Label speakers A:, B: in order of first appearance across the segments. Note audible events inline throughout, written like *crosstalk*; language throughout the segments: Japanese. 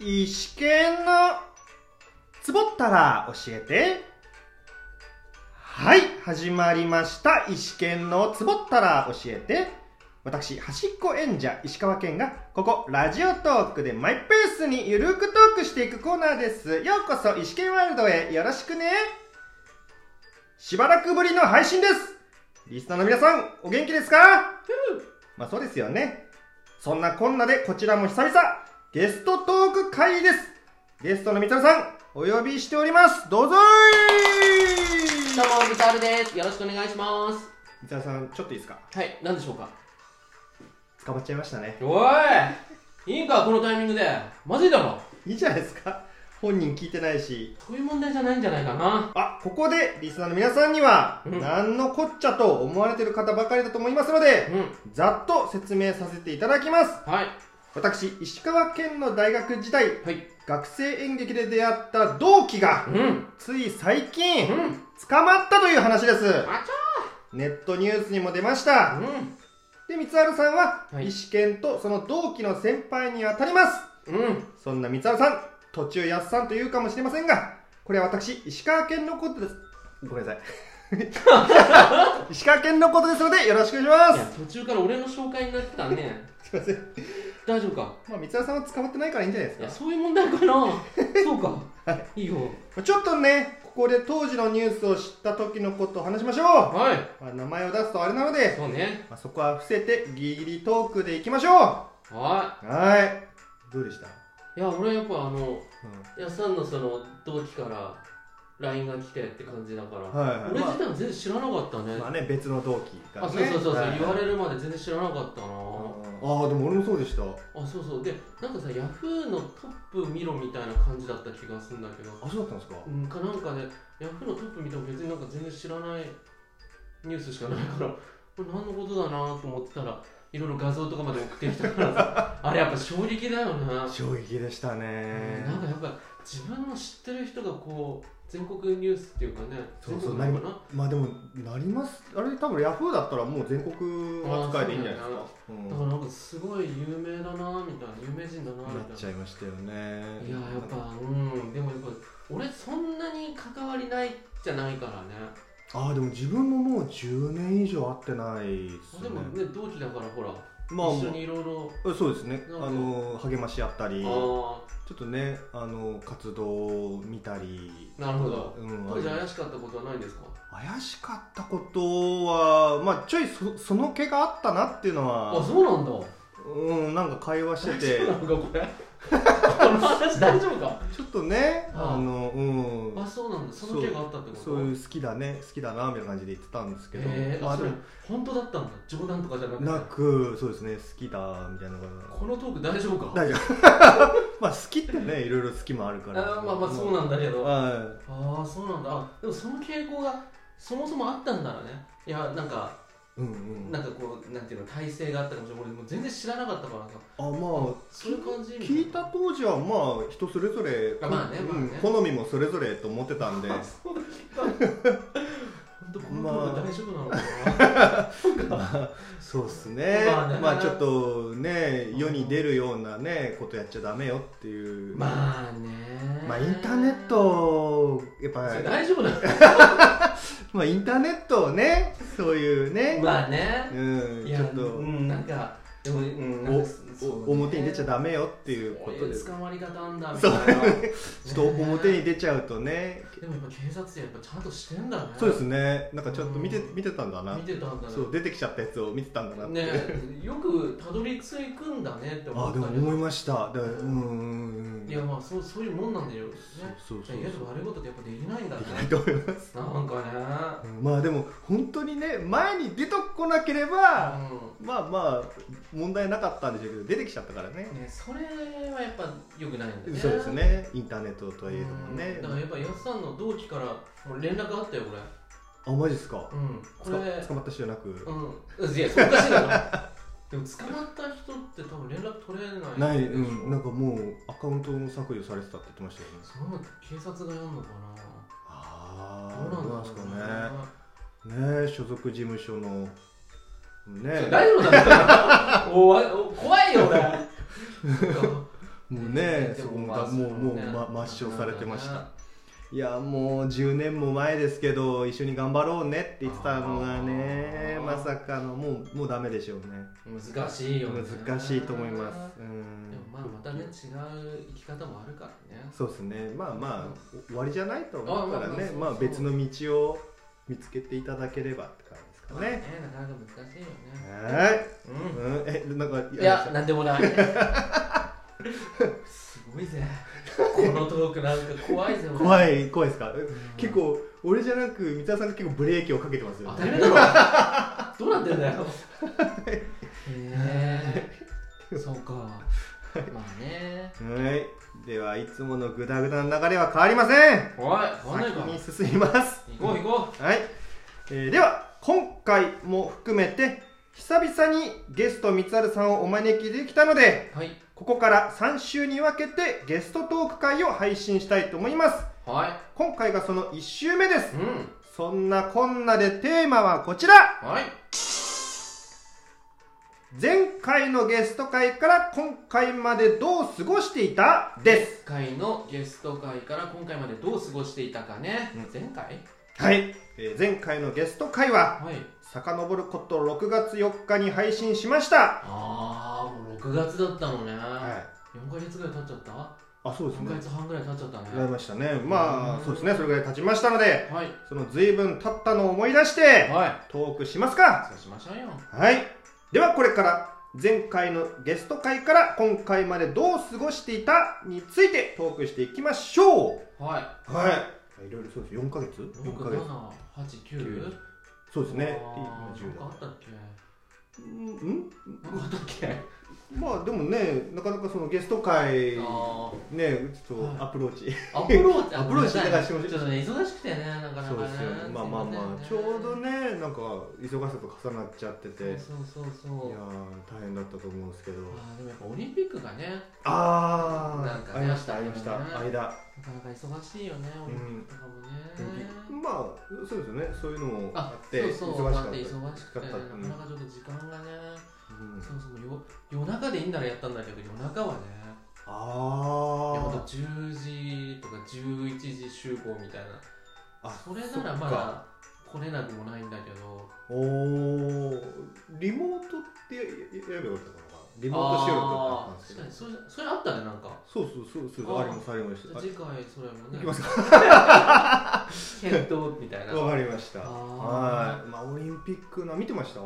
A: 石剣のつぼったら教えてはい始まりました石剣のつぼったら教えて私端っこ演者石川県がここラジオトークでマイペースにゆるくトークしていくコーナーですようこそ石剣ワールドへよろしくねしばらくぶりの配信ですリスナーの皆さんお元気ですかまあそうですよねそんなこんなでこちらも久々ゲストトーク会ですゲストのみたるさんお呼びしておりますどうぞ
B: ど
A: いう
B: も、ビタールです。よろしくお願いします。
A: みたるさんちょっといいですか
B: はい、何でしょうか
A: 捕まっちゃいましたね
B: おいいいんか、このタイミングで。まずいだろ。
A: いいじゃないですか本人聞いてないし
B: そういう問題じゃないんじゃないかな。
A: あここでリスナーの皆さんには
B: うん
A: 何のこっちゃと思われてる方ばかりだと思いますので
B: うん。
A: ざっと説明させていただきます
B: はい。
A: 私石川県の大学時代
B: はい。
A: 学生演劇で出会った同期が
B: うん。うん。
A: つい最近
B: あ
A: 捕まったという話です
B: ちゃ
A: ネットニュースにも出まし
B: ー
A: た
B: うん。
A: で光晴さんは
B: はい
A: 石研とその同期の先輩にあたります
B: うん。
A: そんな光晴さん途中やっさんと言うかもしれませんがこれは私石川県のことですごめんなさい *laughs* 石川県のことですのでよろしくお願い
B: い
A: し
B: や、途中から俺の紹介になってたね。
A: ますすいません
B: 大丈夫か
A: まあ光晴さんは捕まってないからいいんじゃないです
B: い
A: か
B: や、そういう問題かな。そうか。いいよ。
A: まあちょっとねここで当時のニュースを知った時のことを話しましょ
B: はい。
A: う、まあ、名前を出すとあれなので
B: そうね。
A: まあ、そこは伏せてギリギリトークでいきましょ
B: は
A: うはいどうでした、
B: い。いや、俺やっぱあの、
A: う
B: やっさんのその、同期から、LINE が来てって感じだから。
A: ん、はいはい
B: 俺
A: ま
B: 自体も全然知らなかった
A: あ、
B: ね
A: ま。あね別の同期が、ね、
B: あそうそうそうそう、言わ
A: る
B: れるまで全然知らなかったな
A: あ
B: あ
A: ーでも俺もそうでした
B: そうそうでなんかさヤフーのトップ見ろみたいな感じだった気がするんだけど
A: あそうだったんですか
B: うんかなんかねヤフーのトップ見ても別になんか全然知らないニュースしかないからこれ何のことだなと思ってたらいろいろ画像とかまで送ってきたからさあれやっぱ衝撃だよね
A: 衝撃でしたね
B: なんかやっぱ自分の知ってる人がこう全国ニュースっていうかね
A: そうそう
B: 全国なのかな
A: まあでもなりますあれ多分ヤフーだったらもう全国扱いでいいんじゃないですか
B: あ
A: う
B: だからなんかすごい有名だなみたいな有名人だなみ
A: ん、なった
B: いな
A: ちゃいましたよね
B: いややっぱうんでもやっぱ俺そんなに関わりないじゃないからね
A: あーでも自分ももう10年以上会ってないですね
B: でもね同期だからほら、
A: まあ
B: 一緒にいろいろ
A: そうですね
B: な
A: あ
B: んか
A: の励まし合ったり
B: あ
A: ちょっとね、あの活動を見たり、
B: あなるほど
A: うん、
B: 当時
A: あ
B: 怪しかったことはないんですか
A: れ怪しかったことは、まあ、ちょいそその気があったなっていうの
B: あ
A: は、
B: そうなんだ
A: うん、なんか会話してて
B: 大、丈夫なのかこれこの話 *laughs* 大丈夫か
A: ちょっとね、
B: あ
A: あのうん
B: あそうなんだその件があったってこと
A: そういう好きだね、好きだなみたいな感じで言ってたんですけど、
B: へえ
A: ま
B: あ
A: あ
B: そ
A: で
B: れ
A: も
B: 本当だったんだ冗談とかじゃなくて
A: なく、そうですね、好きだみたいな
B: このトーク大丈夫か
A: 大丈夫 *laughs* まあ好きってね、いろいろ好きもあるから、
B: あまあまあそうなんだけど
A: は
B: ああそうなんだあでもその傾向がそもそもあったんだろうねいやなんか
A: い、うんうん、
B: な
A: あ
B: んかこうなんていうの体勢があったかもしれない俺もう全然知らなかったからさ
A: まあ
B: そういう感じ
A: 聞いた当時はまあ人それぞれ、
B: あまあね
A: うん
B: まあね
A: 好みもそれぞれと思ってたん
B: *laughs*
A: で
B: あそうだ聞いた本当この子が大丈夫なのかな、
A: そうっすね,、
B: ま
A: ま
B: あ
A: あ
B: ね
A: ちょっとね世に出るようなねことやっちゃダメよっていう
B: まあね
A: まあインターネットやっ
B: それ
A: ぱ
B: 大丈夫なの
A: まあインターネットをねそういうね、
B: まあね
A: うん
B: い
A: ち
B: や
A: ょっと、
B: うんなんかでも、うん、なん
A: お
B: かそうね
A: お表に出ちゃダメよっていうこ
B: こうい
A: とで
B: う
A: す
B: 捕
A: *laughs*
B: まり方あんだみ
A: そ
B: た
A: う
B: いな
A: ちょっと表に
B: ね
A: 出ちゃうとね
B: でもやっぱ警察ってやっぱちゃんとしてんだね
A: そうですねなんかちょっと見て
B: うん
A: 見てたんだな
B: 見てたんだね
A: そう出てきちゃったやつを見てたんだなって
B: ねよくたどり着くんだねって思
A: あ
B: っ
A: で
B: た
A: も
B: けど
A: 思いましただからうんうんうんうん
B: いやまあそうそういうもんなんだよ、ね、
A: そうそうそう
B: いや悪いことってやっぱできないんだね
A: できないと思います
B: なんかね
A: うんまあでも本当にね前に出とこなければまあまあ問題なかったんでしょうけど出てきちゃったからね
B: うん、ねそれはやっぱ良くないんだね
A: そうですねインターネットと
B: う
A: はいえども
B: ん
A: ね
B: だからやっぱやっさんの同期からもう連絡あったよ
A: あマジですか
B: 俺うんこれ
A: つか捕まった人じゃなく
B: うんいやそうおかしいだろ *laughs* でも捕まった人って多分連絡取れな
A: な
B: い
A: い
B: でしょ
A: うんなんかもうアカウントの削除されてたって言ってましたよね
B: そういうのって警察がやるのかな
A: あ
B: ど
A: あど
B: う
A: うな
B: なん
A: ん
B: だ
A: ですかね
B: ろうね
A: ね所属事務所のね
B: *laughs* 大丈夫なんだよおわお怖いよ俺そっか
A: もうね、
B: で
A: そ
B: も
A: こも
B: まあ
A: だもう、もう、
B: ね
A: ま、抹消されてまし
B: な
A: た
B: か。
A: いや、もう10年も前ですけど、一緒に頑張ろうねって言ってたのがね、
B: あー
A: まさかの、もう、もうダメでしょうね。
B: なか難しいよね
A: 難しいと思います。う
B: でも
A: ん。
B: まあまたね違う生き方もあるからね
A: そうですね。まあまあ、終わりじゃないと思ったら
B: あまあまあ
A: ね
B: そ、う
A: まあ
B: そう
A: 別の道を見つけていただければって感じです
B: ま
A: か
B: あ
A: ね。
B: なかなか難しいよね
A: は
B: う
A: い。うん。え、なんか、
B: んいやなんでもないすごいぜこのトークなんか怖いぜ俺
A: 怖い、怖いですか
B: うん
A: 結構、俺じゃなく、三田さんが結構ブレーキをかけてますよ
B: 当
A: ね。
B: たり前だろどうなってんだよへえそうかまあね
A: はい。では、いつものグダグダの流れは変わりません。
B: おい変わんないか
A: 先に進みます。
B: 行こう行こ
A: はい。えーでは、今回も含めて、久々にゲスト三春さんをお招きできたので、
B: うはい
A: ここから3週に分けてゲストトーク会を配信したいと思います。
B: は
A: 今回がその1週目です
B: い。うん
A: そんなこんなでテーマはこちら
B: はい
A: 前回のゲスト会から今回までどう過ごしていたです。
B: 前回のゲスト会から今回までどう過ごしていたかね、
A: うん
B: 前回
A: はい。えー前回のゲスト会は、
B: はい
A: 遡ること6月4日に配信しました。
B: ああもう6月だったのね、
A: はい。
B: 4ヶ月ぐらい経っちゃった
A: あ、そうです
B: 3ヶ
A: ね。
B: 月半ぐらい経っちゃったね
A: なりましたね。まあ、
B: うん
A: そうですね。それぐらい経ちましたので、
B: はい
A: その随分経ったのを思い出して、
B: は
A: トークしますか。
B: いそうしましょうよ
A: はい。ではこれから、前回のゲスト会から今回までどう過ごしていたについてトークしていきましょう。
B: はい
A: はい。いろいろそうです。4ヶ月
B: 6
A: ?4
B: か
A: ヶ月。
B: 789
A: そうですね。
B: あーなんかあったっけ
A: うんうん
B: なんかあったっけ
A: まあでもね、なかなかそのゲスト会、
B: あ
A: ね、ちょっ
B: はい
A: とアプローチ、
B: ーアプローチ
A: アプローチ
B: あごめんなさい
A: だから
B: ちょっとね忙しくてねなかなかね
A: そうですよねまあまあまあ、ちょうど
B: ね
A: ねなんか忙しさと重なっちゃってていや
B: そうそうそう
A: ー
B: そう
A: 大変だったと思うんですけど
B: あーでもやっぱオリンピックがね
A: あ
B: なん
A: ー
B: か
A: あ
B: ね
A: りましたありました
B: あったよね
A: 間
B: なかなか忙しいよねオリンピックとかもね、
A: まあそうですよねそういうのもあ
B: あ
A: っ
B: そ
A: て
B: う
A: 忙
B: そう
A: しか
B: だ
A: っ
B: って
A: た
B: 忙しく
A: 忙
B: て
A: しか
B: なか
A: ったうん
B: なかちょっと時間がね、
A: うん
B: そうそうよ夜中でいいんならやったんだけど夜中はねいやほんと
A: あ
B: 10時とか11時集合みたいな
A: あ
B: それならまだ来れなくもないんだけど
A: ーおーリモートってやややればよかったのかなリモート収録だったんですけど
B: あー確かにそれそれあったねなんか
A: そうそうそうそうありますありまし
B: じゃ
A: た
B: あ
A: あ
B: 次回それも
A: 行
B: ね
A: きます
B: *laughs* 検討みたいな
A: わかりました。
B: あー
A: はい。まあオリンピックの見てました？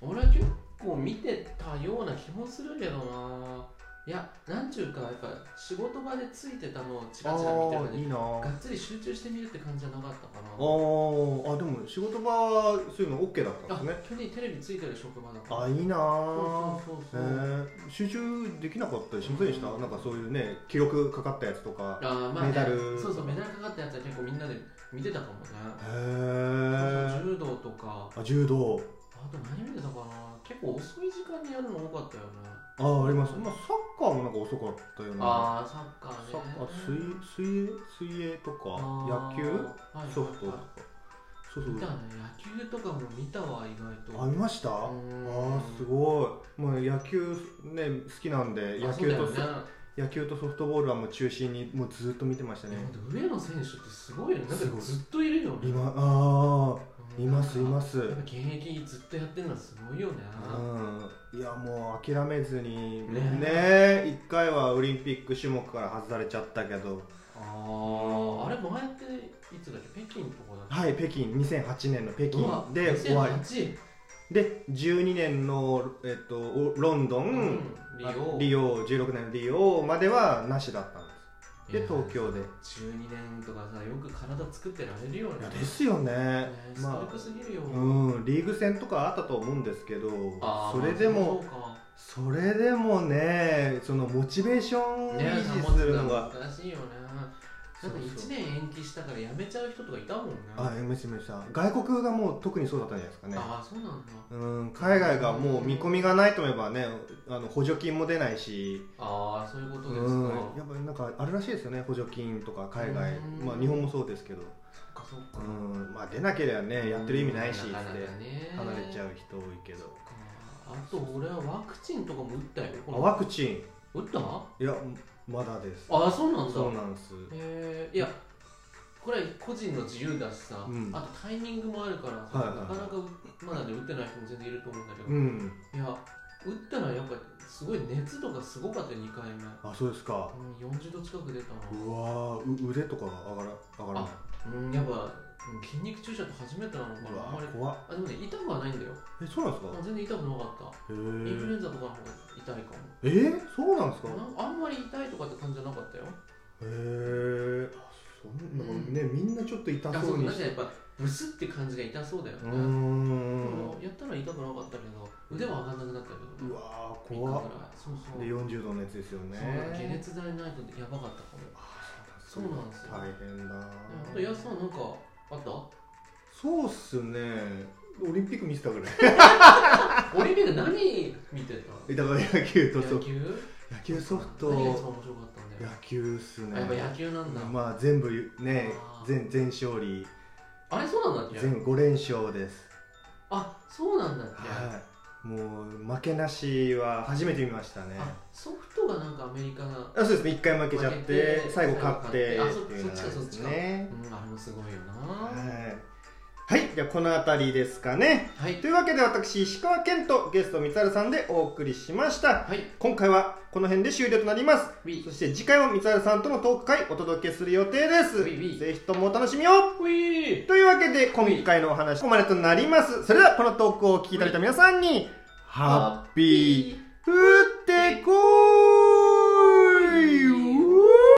B: 俺は結構見てたような気もするけどないやなんちゅうかやっぱ仕事場でついてたのをチラチラ見てた
A: あーいい
B: ね
A: な。あ
B: がっつり集中して見るって感じじゃなかったかな
A: ーあでも仕事場はそういうのオッケーだった
B: あ
A: んですね。
B: 去年テレビついてる職場だから
A: あいいなー。
B: そうそ
A: え
B: うそうそう
A: ー、集中できなかったりしませんでした、
B: うん
A: なんかそういうね記録かかったやつとか
B: あーまあね
A: メダル
B: そうそうメダルかかったやつは結構みんなで見てたかもね
A: へえ
B: そうそう柔道とか
A: あ柔道
B: あと何見てたかな結構遅い時間にやるの多かったよね
A: あーありますまあサッカーもなんか遅かったよね
B: ああサッカ
A: サ
B: ー
A: ッ
B: ね
A: カー水水泳水泳とか
B: あー
A: 野球
B: はい
A: ソフトと
B: は
A: か
B: いは
A: そう
B: い
A: そう
B: 見たね野球とかも見たわ意外と
A: あ見ましたあ
B: うん
A: あすごいもう野球ね好きなんで野
B: あそう
A: 球
B: だよ
A: と
B: ね
A: ソ、野球とソフトボールはもう中心にもうずっと見てましたね
B: いやほんと上野選手ってすごいよねなん
A: すごい
B: かずっといるよね
A: 今ああ
B: うん
A: いますいま
B: や
A: す
B: っぱ現役ずっとやってるのはすごいよね
A: うんいやもう諦めずに
B: ね
A: ね一回はオリンピック種目から外されちゃったけど
B: あああれ前っていつだっけ北京とかだっけ
A: はい北京2008年の北
B: うわ
A: 京で終わり
B: 2008
A: で12年の、えっと、おロンド
B: う
A: ン
B: ん、リオ
A: リオ16年のリオまではなしだったんですで
B: いや
A: 東京で
B: 12年とかさよく体作ってられるよね
A: いやですよね
B: ねストイ
A: ま
B: ック
A: あ
B: すぎるよ、
A: うん、リーグ戦とかあったと思うんですけど
B: あー
A: それでも
B: そ
A: そ
B: うか
A: れでもねそのモチベーションを
B: ね
A: 維
B: 保
A: 持す
B: つ
A: るの
B: の
A: が
B: が難しいよね
A: そ
B: な
A: うん
B: か
A: そう
B: 1年延期したから辞めちゃう人とかいたもんね
A: あめしめした外国がもう特にそうだったんじゃないですかね
B: ああそうなんだ
A: うん海外がもう見込みがないと思えばねあの補助金も出ないし
B: ああそういうことです
A: う
B: か、
A: んやっぱりなんかあるらしいですよね補助金とか海外
B: うん
A: まあ日本もそうですけど
B: そっかそっ
A: う
B: か、
A: んまあ出なければねやってる意味ないしっつっ
B: うん
A: て
B: なかなかね
A: 離れちゃ
B: う
A: う人多いけど
B: あと俺はワクチンとかも打ったよ
A: あワクチン
B: 打った
A: いやまだです
B: ああそうなんだ
A: そうなんです
B: えー、いやこれは個人の自由だしさ、
A: うん
B: あとタイミングもあるからさ、
A: はいはいはい
B: なかなかまだね打ってない人も全然いると思うんだけど、
A: うん
B: いや打ったらやっぱりすごい熱とかすごかったよ2回目、
A: あそうですか
B: うん、40度近く出たな
A: うわーう腕とかが上がら上がらない
B: うんやっぱうん筋肉注射って初めてなのか
A: う
B: なあ
A: わ
B: んまり
A: ー怖っ
B: あでもね痛くはないんだよ
A: えそうなんですか
B: あ全然痛くなかった
A: へ
B: インフルエ
A: ー
B: ンザとかの方が痛いか
A: えー、そうなんですか
B: もなんあんまり痛いとかって感じじゃなかったよ
A: へえそんなんかね、みんなちょっと痛
B: あ
A: そうに
B: なん
A: し
B: か
A: て
B: やっぱブスって感じが痛そうだよ
A: うー
B: ね
A: ん
B: やったら痛くなかったけど腕は上がんなくなったけ
A: う
B: どわ
A: わー怖っ
B: そうそう
A: で40度の熱ですよね
B: そうだ解熱剤ないとやばかったかも
A: あ
B: そうなんですよ
A: 大変だ
B: あと安さんなんかあった *laughs*
A: そうっすねオリンピック見てたぐらい
B: オリンピック何見てた
A: だから野球とソ
B: 野
A: フト
B: 球
A: 野球ソフ
B: 何が
A: ト
B: 一番面白かったんだ
A: 野
B: よ
A: 球っすね
B: あやっぱ野球なんだ
A: まあ全部ね
B: あー
A: 全全勝利
B: あれそうなんだっけ
A: 全5連勝です
B: あそうなんだっけ
A: はいもう負けなしは初めて見ましたね
B: あソフトがなんかアメリカが
A: あそうですね1回負けちゃっ
B: 負け
A: て
B: て
A: 最後勝って
B: 最後
A: っ
B: 勝ってあそ
A: ていうのが
B: そっちかそっちか
A: ね
B: うんあれもすごいよな
A: はいはいじゃあこの辺りですかね
B: はい
A: というわけで私石川健とゲスト三るさんでお送りしました
B: はい
A: 今回はこの辺で終了となります
B: We
A: そして次回も三るさんとのトーク会お届けする予定で
B: うい
A: す
B: うい
A: ぜひともお楽しみをというわけで今回のお話ここまでとなりますそれではこのトークを聞いただいた皆さんにハッピーフー